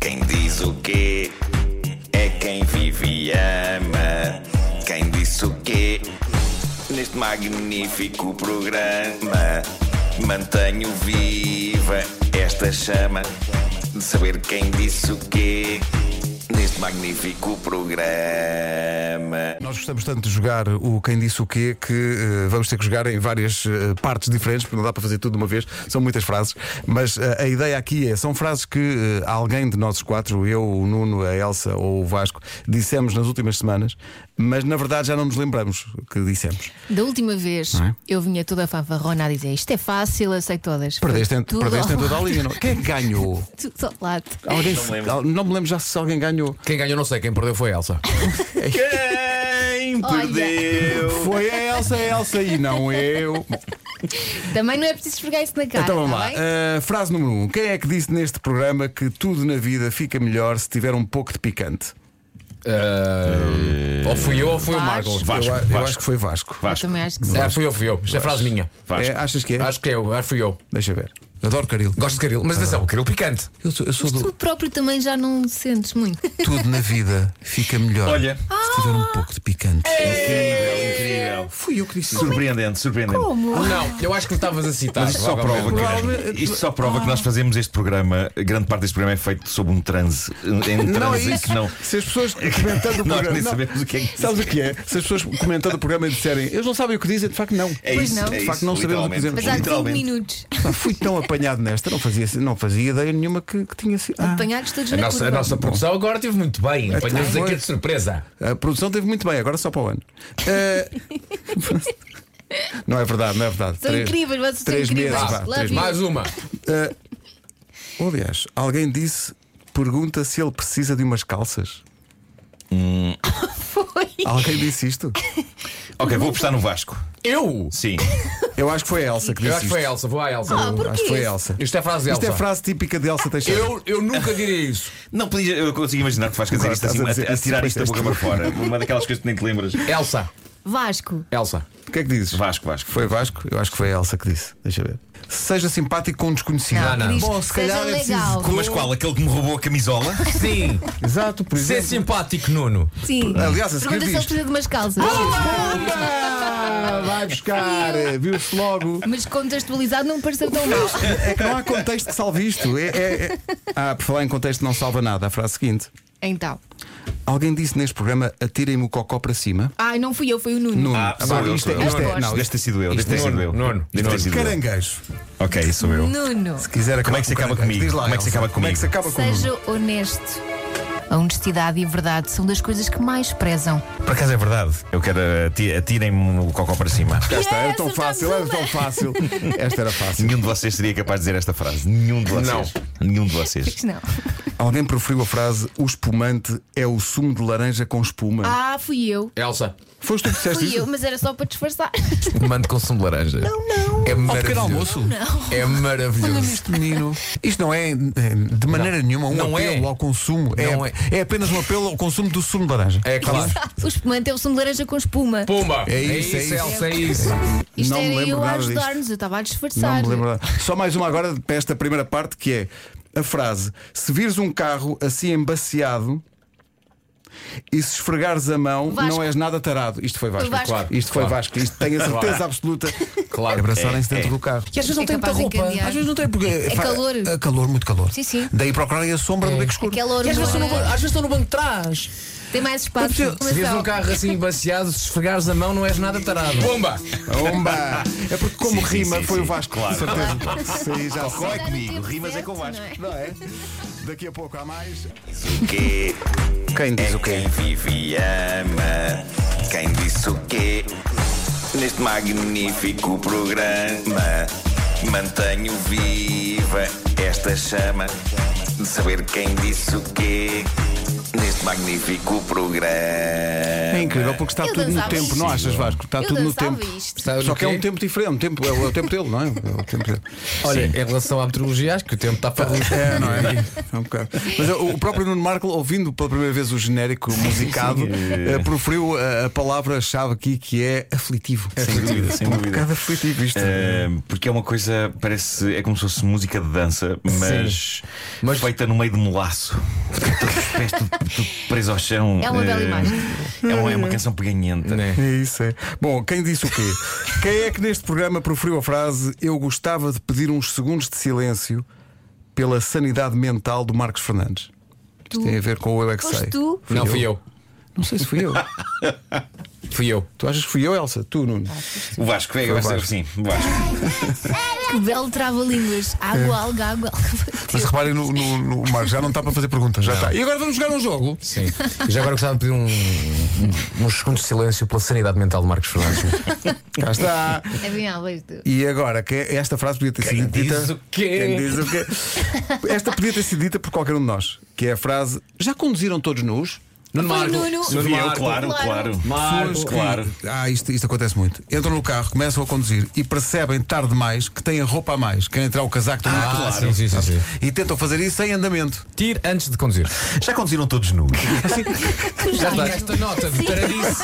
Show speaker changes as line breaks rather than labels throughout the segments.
Quem diz o quê é quem vive e ama. Quem disse o quê neste magnífico programa? Mantenho viva esta chama de saber quem disse o quê neste magnífico programa.
Nós gostamos tanto de jogar o Quem Disse o Quê que eh, vamos ter que jogar em várias eh, partes diferentes, porque não dá para fazer tudo de uma vez, são muitas frases. Mas eh, a ideia aqui é: são frases que eh, alguém de nós quatro, eu, o Nuno, a Elsa ou o Vasco, dissemos nas últimas semanas, mas na verdade já não nos lembramos que dissemos.
Da última vez
Não é?
eu vinha toda favarrona a dizer isto é fácil, aceito todas.
Perdeste, em-
Tudo
perdeste em
ao-
toda a linha. Não? Quem é que ganhou?
tudo ao lado.
Alguém, se- al- não me lembro já se alguém ganhou.
Quem ganhou não sei, quem perdeu foi a Elsa.
Quem
Olha.
perdeu?
Foi a Elsa, a Elsa e não eu.
Também não é preciso pegar isso na cara.
Então vamos
tá
lá.
bem?
Uh, frase número 1. Um. Quem é que disse neste programa que tudo na vida fica melhor se tiver um pouco de picante?
Ah, ou fui eu ou foi o
Vasco.
Marcos.
eu, a- eu
Vasco.
acho que foi Vasco.
Eu também acho que sim.
É, fui eu, fui eu. Isto é frase minha.
É, achas que é?
Acho que eu, acho que fui eu.
Deixa ver. Adoro caril.
Gosto de caril. Mas atenção, caril picante.
Eu sou, eu sou
Tu
do.
próprio também já não sentes muito.
Tudo na vida fica melhor
Olha.
se tiver um pouco de picante.
Ah.
Incrível, É incrível.
Fui eu que disse isso.
Surpreendente, surpreendente.
Não, eu acho que estavas a citar.
Mas isto só
Vá, vá,
prova,
vá.
que, isto só prova que
Ah.
nós fazemos este programa, grande parte deste programa é feito sob um transe. Em um
Não é
transe em
isso.
que não.
Se as pessoas comentando o
Nós
programa.
nem
não.
sabemos o que é que-
Sabes o que é? Se as pessoas comentando o programa e disserem eles não sabem o que dizem, de facto não.
É
Pois
isso,
não.
é
De
facto,
isso,
não sabemos o que
literalmente.
Mas há um 5
Literalmente.
minutos.
Pá, fui tão apanhado nesta, não fazia, não fazia ideia nenhuma que, que tinha sido. Ah.
Apanhados todos
A
na
nossa, a
curva.
nossa produção agora esteve muito bem. Apanhamos
Foi.
aqui de surpresa.
A produção teve muito bem, agora só para o ano. Eh, não é verdade, não é verdade.
São incríveis, vocês são
três
incríveis.
Meses,
Vá,
vá,
Love
três
you.
meses.
Ah, Mais uma.
Ou, aliás, alguém disse, pergunta se ele precisa de umas calças.
Foi.
Alguém disse isto?
Ok, vou apostar no Vasco.
Eu?
Sim.
Eu acho que foi a Elsa que disse
Eu acho que
isto.
foi a Elsa, vou à Elsa.
Ah, por-
Acho que foi a
Porquê?
Elsa.
Isto é frase de Elsa.
Isto é frase típica de Elsa Teixeira.
Eu, eu nunca diria isso.
Não podia, eu consigo imaginar que vais fazer
Claro,
isto
estás
assim,
a dizer
a, a
isto,
tirar
pois
isto da boca
és
para fora. Uma daquelas coisas que nem te lembras.
Elsa.
Vasco.
Elsa.
O que é que dizes?
Vasco, Vasco.
Foi Vasco? Eu acho que foi a Elsa que disse. Deixa ver. Seja simpático com um desconhecido.
Não, não.
diz,
Bom, se
seja
calhar é preciso-
legal.
Mas qual? Aquele que me roubou a camisola?
Sim.
Exato, por
Ser
exemplo.
simpático, Nuno.
Sim.
Aliás, a seguir
Pergunta se ele
diz.
precisa de umas calças.
Ah, Vai buscar,
eh,
viu-se logo.
Mas contextualizado não me pareceu tão mal.
É que não há contexto que salve isto. É, é- é- Ah, por falar em contexto, não salva nada. A frase seguinte:
Então.
Alguém disse neste programa: atirem-me o cocó para cima.
Ai, não fui eu, foi o Nuno.
Nuno,
Ah, sou
Pá,
eu,
isto,
sou
é,
eu.
isto é-
Não
Não,
Deve
isto é
ter sido eu, deve ter
Nuno,
sido eu.
Nuno,
Deve ter
Nuno.
sido eu.
caranguejo.
Ok, sou eu.
Nuno.
Se quiser
Como é
acabar
que se
com
acaba
caranguejo,
comigo?
diz lá,
Como é que se
Elsa,
acaba
Como é que se
comigo?
acaba comigo?
Seja honesto. A honestidade e a verdade são das coisas que mais prezam.
Por acaso é verdade. Eu quero ati- atirem-me o cocó para cima.
Cá está, era tão
Yes,
fácil, era tão fácil. Esta era fácil.
Nenhum de vocês seria capaz de dizer esta frase. Nenhum de vocês. Nenhum de vocês.
Pois Não.
Alguém proferiu a frase: o espumante é o sumo de laranja com espuma.
Ah, fui eu.
Elsa.
Foste tu que disseste
Fui
É
eu,
isso? Então
mas era só para disfarçar.
Mando consumo de laranja. Não, não. É
Ao pequeno
maravilhoso.
almoço?
É
Olha
maravilhoso.
neste menino. Isto não é eh, de maneira nenhuma um
Não é.
apelo ao consumo.
Não
É, é. apenas um apelo ao consumo do sumo de laranja.
É claro.
O espumante é o som de laranja com espuma.
Pumba.
É isso, é isso.
Elsa, é isso.
Isto
Não me
era
lembro
eu a
nada disto.
ajudar-nos, eu estava a
Não
disfarçar.
me lembro. nada. Só mais uma agora para esta primeira parte que é a frase: se vires um carro assim embaciado e se esfregares a mão,
Vasco.
não és nada tarado. Isto foi Vasco,
Vasco.
Claro.
Isto foi
Claro.
Vasco, isto tenho a certeza absoluta.
Claro.
Abraçarem-se dentro do carro.
E às vezes
não É tem muita capaz de roupa. encadear. Às vezes
não tem porque.
É calor.
É calor, muito calor.
Sim, sim. É.
Daí procurarem a sombra do beco escuro.
Aquela hora.
estão no banco de trás.
Tem mais espaço. de
Se vês um
circulação.
carro assim baseado, se esfregares a mão, não és nada tarado. Pumba!
Omba! É porque como
Sim, sim,
rima
sim,
foi
sim.
o Vasco.
Claro.
Certeza. Sim, já
Cocó é
sei.
comigo, rimas é com o Vasco.
Não é? Daqui a pouco há mais.
quê?
Quem diz
É
o quê?
quem vive e ama. Quem disse o quê? Neste magnífico programa, mantenho viva esta chama de saber quem disse o quê. neste magnífico programa.
É incrível porque está
Eu
tudo no
dançava
tempo, não
isto.
achas, Vasco? Está
Eu
tudo no
dançava
tempo.
isto.
Está-
Só
no
que é
quê?
um tempo diferente, o tempo- é o é o tempo dele, não é? É o tempo dele.
Olha, em relação à meteorologia, acho que o tempo está para
É, não é? É um bocado. Mas o o próprio Nuno Marco, ouvindo pela primeira vez o genérico musicado, eh, proferiu a, a palavra-chave aqui que é aflitivo.
Sem dúvida, sem
Um
dúvida.
bocado aflitivo isto.
Eh, porque é uma coisa, parece, é como se fosse música de dança, mas,
Mas-
feita no meio de molaço. Todos os pés tudo, tudo preso ao chão.
É uma bela
Eh,
imagem.
É uma, é uma canção peganhenta.
Né?
É isso, é. Bom, quem disse o quê? quem é que neste programa proferiu a frase Eu gostava de pedir uns segundos de silêncio pela sanidade mental do Marcos Fernandes? Isto
Tu.
tem a ver com o Eu é que
Foste
sei.
tu?
Não fui eu.
Não sei se fui eu.
Fui eu.
tu achas que fui eu, Elsa? Tu,
Ah,
Nuno.
O Vasco, é, vai ser
Vasco.
assim. O Vasco.
Que belo trava-línguas. Água,
É.
alga, água,
Mas
alga.
reparem no, no, no o Marco, já não está para fazer perguntas, já está.
E agora vamos jogar um jogo.
Sim. Já agora gostava de pedir um, um- uns segundos de silêncio pela sanidade mental de Marcos Fernandes.
Cá está.
É bem alga. tu.
E agora, que esta frase podia ter sido dita.
diz o quê?
Quem diz o quê? Esta podia ter sido dita por qualquer um de nós, que é a frase: Já conduziram todos nus?
Nuno
Foi
Marco.
Nuno.
Fui eu,
Marco.
claro, claro.
Claro.
Marco.
Pessoas que-
claro.
Ah, isto, isto acontece muito. Entram no carro, começam a conduzir e percebem tarde demais que têm a roupa a mais, querem tirar o casaco do
Ah, sim, sim, sim, sim.
e tentam fazer isso em andamento.
Tire antes de conduzir.
Já conduziram todos nus.
Já está esta nota, veteranice.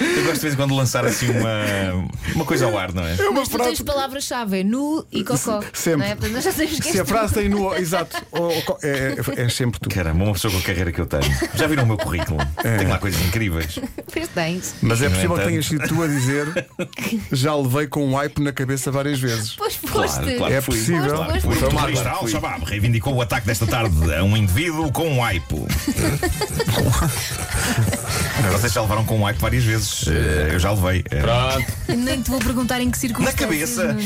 Eu gosto de vez em quando lançar assim uma, uma coisa ao ar, não é?
Mas tu tens palavras-chave, é nu e cocó.
Sempre.
Não é? Portanto, nós já sabemos que
Se a
és tu.
frase tem nu, exato, ou- ou- é, é- é sempre tu.
Caramba, uma pessoa com a carreira que eu tenho. Já viram o meu currículo? Tem lá coisas incríveis.
Pois tens.
Mas é
No
possível que
entanto-
tenhas sido tu a dizer já levei com um wipe na cabeça várias vezes.
Pois
Claro,
foste.
claro,
É
fui.
possível.
Foi
Claro, fui.
uma
O
mágoa,
terrorista
fui.
Al-Shabaab reivindicou o ataque desta tarde a um indivíduo com um aipo. Vocês já levaram com um aipo várias vezes. Eh, Eu já levei. Eh,
Nem te vou perguntar em que circunstâncias.
cabeça.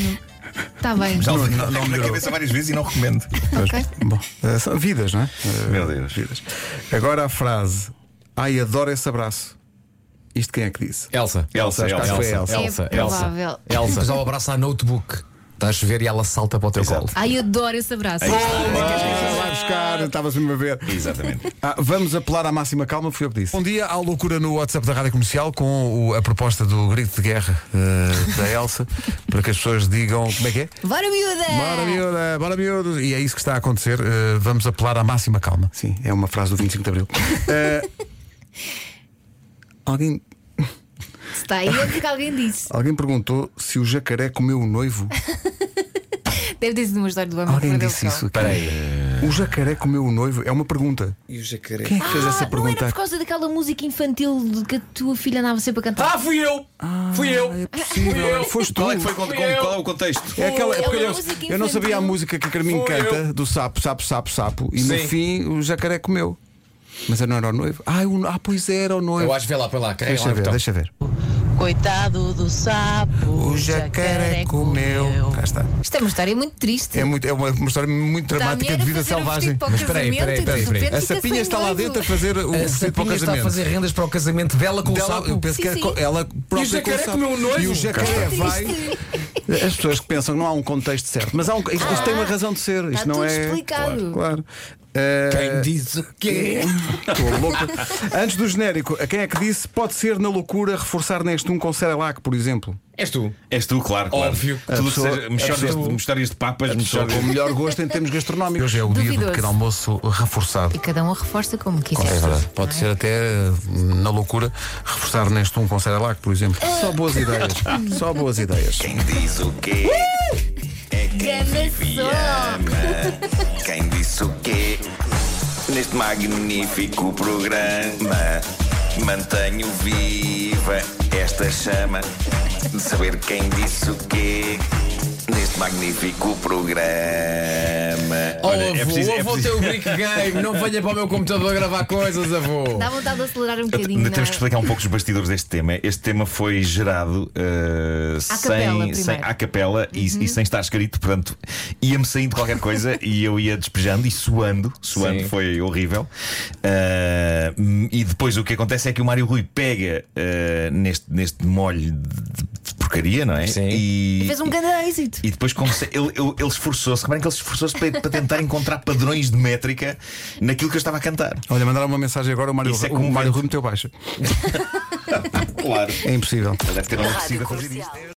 Está bem.
Já levei não, na cabeça várias vezes e não recomendo.
Ok.
Bom, eh, são vidas, não é?
Meu Deus.
Eh, Agora a frase: Ai, adoro esse abraço. Isto quem é que disse?
Elsa.
Elsa,
acho que foi
Elsa.
Elsa.
Elsa,
É provável.
Elsa. Elsa. Mas ela abraça a notebook. Está a chover e ela salta para o teu
Exato.
colo.
Ai, eu adoro esse abraço.
Vai buscar, estavas mesmo a ver.
Exatamente.
Ah, vamos apelar à máxima calma, fui eu que disse.
Bom dia, há loucura no WhatsApp da Rádio Comercial com o- a proposta do grito de guerra eh, da Elsa para que as pessoas digam como é que é?
Bora, miúda!
Bora miúda, bora miúdos! E é isso que está a acontecer. eh, vamos apelar à máxima calma.
Sim, é uma frase do 25 de Abril. Eh, alguém,
Se Está aí é porque alguém disse.
alguém perguntou se o jacaré comeu o noivo.
Deve ter sido uma história do homem que
Alguém
mordeu o
disse
cão.
isso. aqui.
Espera aí.
eh.
O jacaré comeu o noivo? É uma pergunta.
E o jacaré?
Quem é que fez
Ah,
essa
não era
pergunta?
por causa daquela música infantil de que a tua filha andava sempre a cantar.
Ah, fui eu! fui eu! Fui eu!
Foste tu.
Qual é, que foi, qual, qual é o contexto?
É aquela,
É
porque
uma
eu,
música
eu não sabia a
infantil.
música que a Carminho
Foi
canta do sapo, sapo, sapo, sapo. E no
Sim.
fim o jacaré comeu. Mas eu não era o noivo. Ah, eu- é ah pois era o noivo.
Eu acho que vê lá, põe lá, carrega
Deixa
lá.
ver,
então.
deixa ver.
Coitado do sapo,
O jacaré comeu. Cá está.
Isto é uma história muito triste.
É, muito, é uma, uma história muito
Da
dramática
mulher
de
a
vida
fazer o
selvagem.
vestido para o
Mas espera aí,
casamento
espera aí,
e de
espera aí, espera aí.
repente
A
fica
sapinha
sem
está lá
noivo.
dentro a fazer o
A
vestido para o
Sapinha está a
casamento.
fazer rendas para o casamento dela com
Dela-
o sapo.
eu penso que
Sim,
era-
sim.
ela própria
o jacaré
com o
comeu
sapo.
um noivo?
E o jacaré vai.
Triste.
As pessoas que pensam que não há um contexto certo, mas há um, isto, isto tem uma razão de ser. Isto
Ah. Está
não
tudo
é.
explicado.
Claro. Eh,
Quem diz o quê?
Estou louca. Antes do genérico, a quem é que disse pode ser na loucura reforçar neste um com Cerelac, por exemplo?
És tu.
És tu, claro, claro.
Óbvio.
Tudo
A pessoa-
que seja mexórias de, mexórias de papas,
Pessoa com o
mexórias.
melhor gosto em termos gastronómicos.
Hoje é o dia do
Duvidoso.
pequeno almoço reforçado.
E cada um a reforça como quiser.
É verdade. Pode ser até eh,
hum,
na loucura reforçar neste um com Cerelac, por exemplo.
Só boas ideias. Só boas ideias.
Quem diz o quê? É quem
Ganda
vive e
som.
ama. Quem disse o quê? Neste magnífico programa, mantenho viva esta chama de saber quem disse o quê. Neste magnífico programa.
Olha,
é
avô,
preciso- é
avô
preciso-
tem o brick game, não venha para o meu computador gravar coisas, avô.
Dá vontade de acelerar um bocadinho.
Ainda
não
temos que
é?
explicar um pouco os bastidores deste tema. Este tema foi gerado uh,
capela,
sem,
primeiro. Uhum.
sem à capela e, e sem estar escrito, portanto, ia-me saindo qualquer coisa e eu ia despejando e suando. Suando
Sim.
foi horrível. Eh, Uh, e depois o que acontece é que o Mário Rui pega uh, neste, neste eh, molho de, de- de porcaria, não é?
Sim.
E,
Fez um grande êxito.
e depois como se- ele, ele, ele esforçou-se, reparem que ele esforçou-se para, para tentar encontrar padrões de métrica naquilo que eu estava a cantar.
Olha, mandaram uma mensagem agora, o Mário,
Isso é
o Mário
comovente.
Rui meteu baixa.
Claro.
É impossível.
Ele deve ter enlouquecido a fazer isto.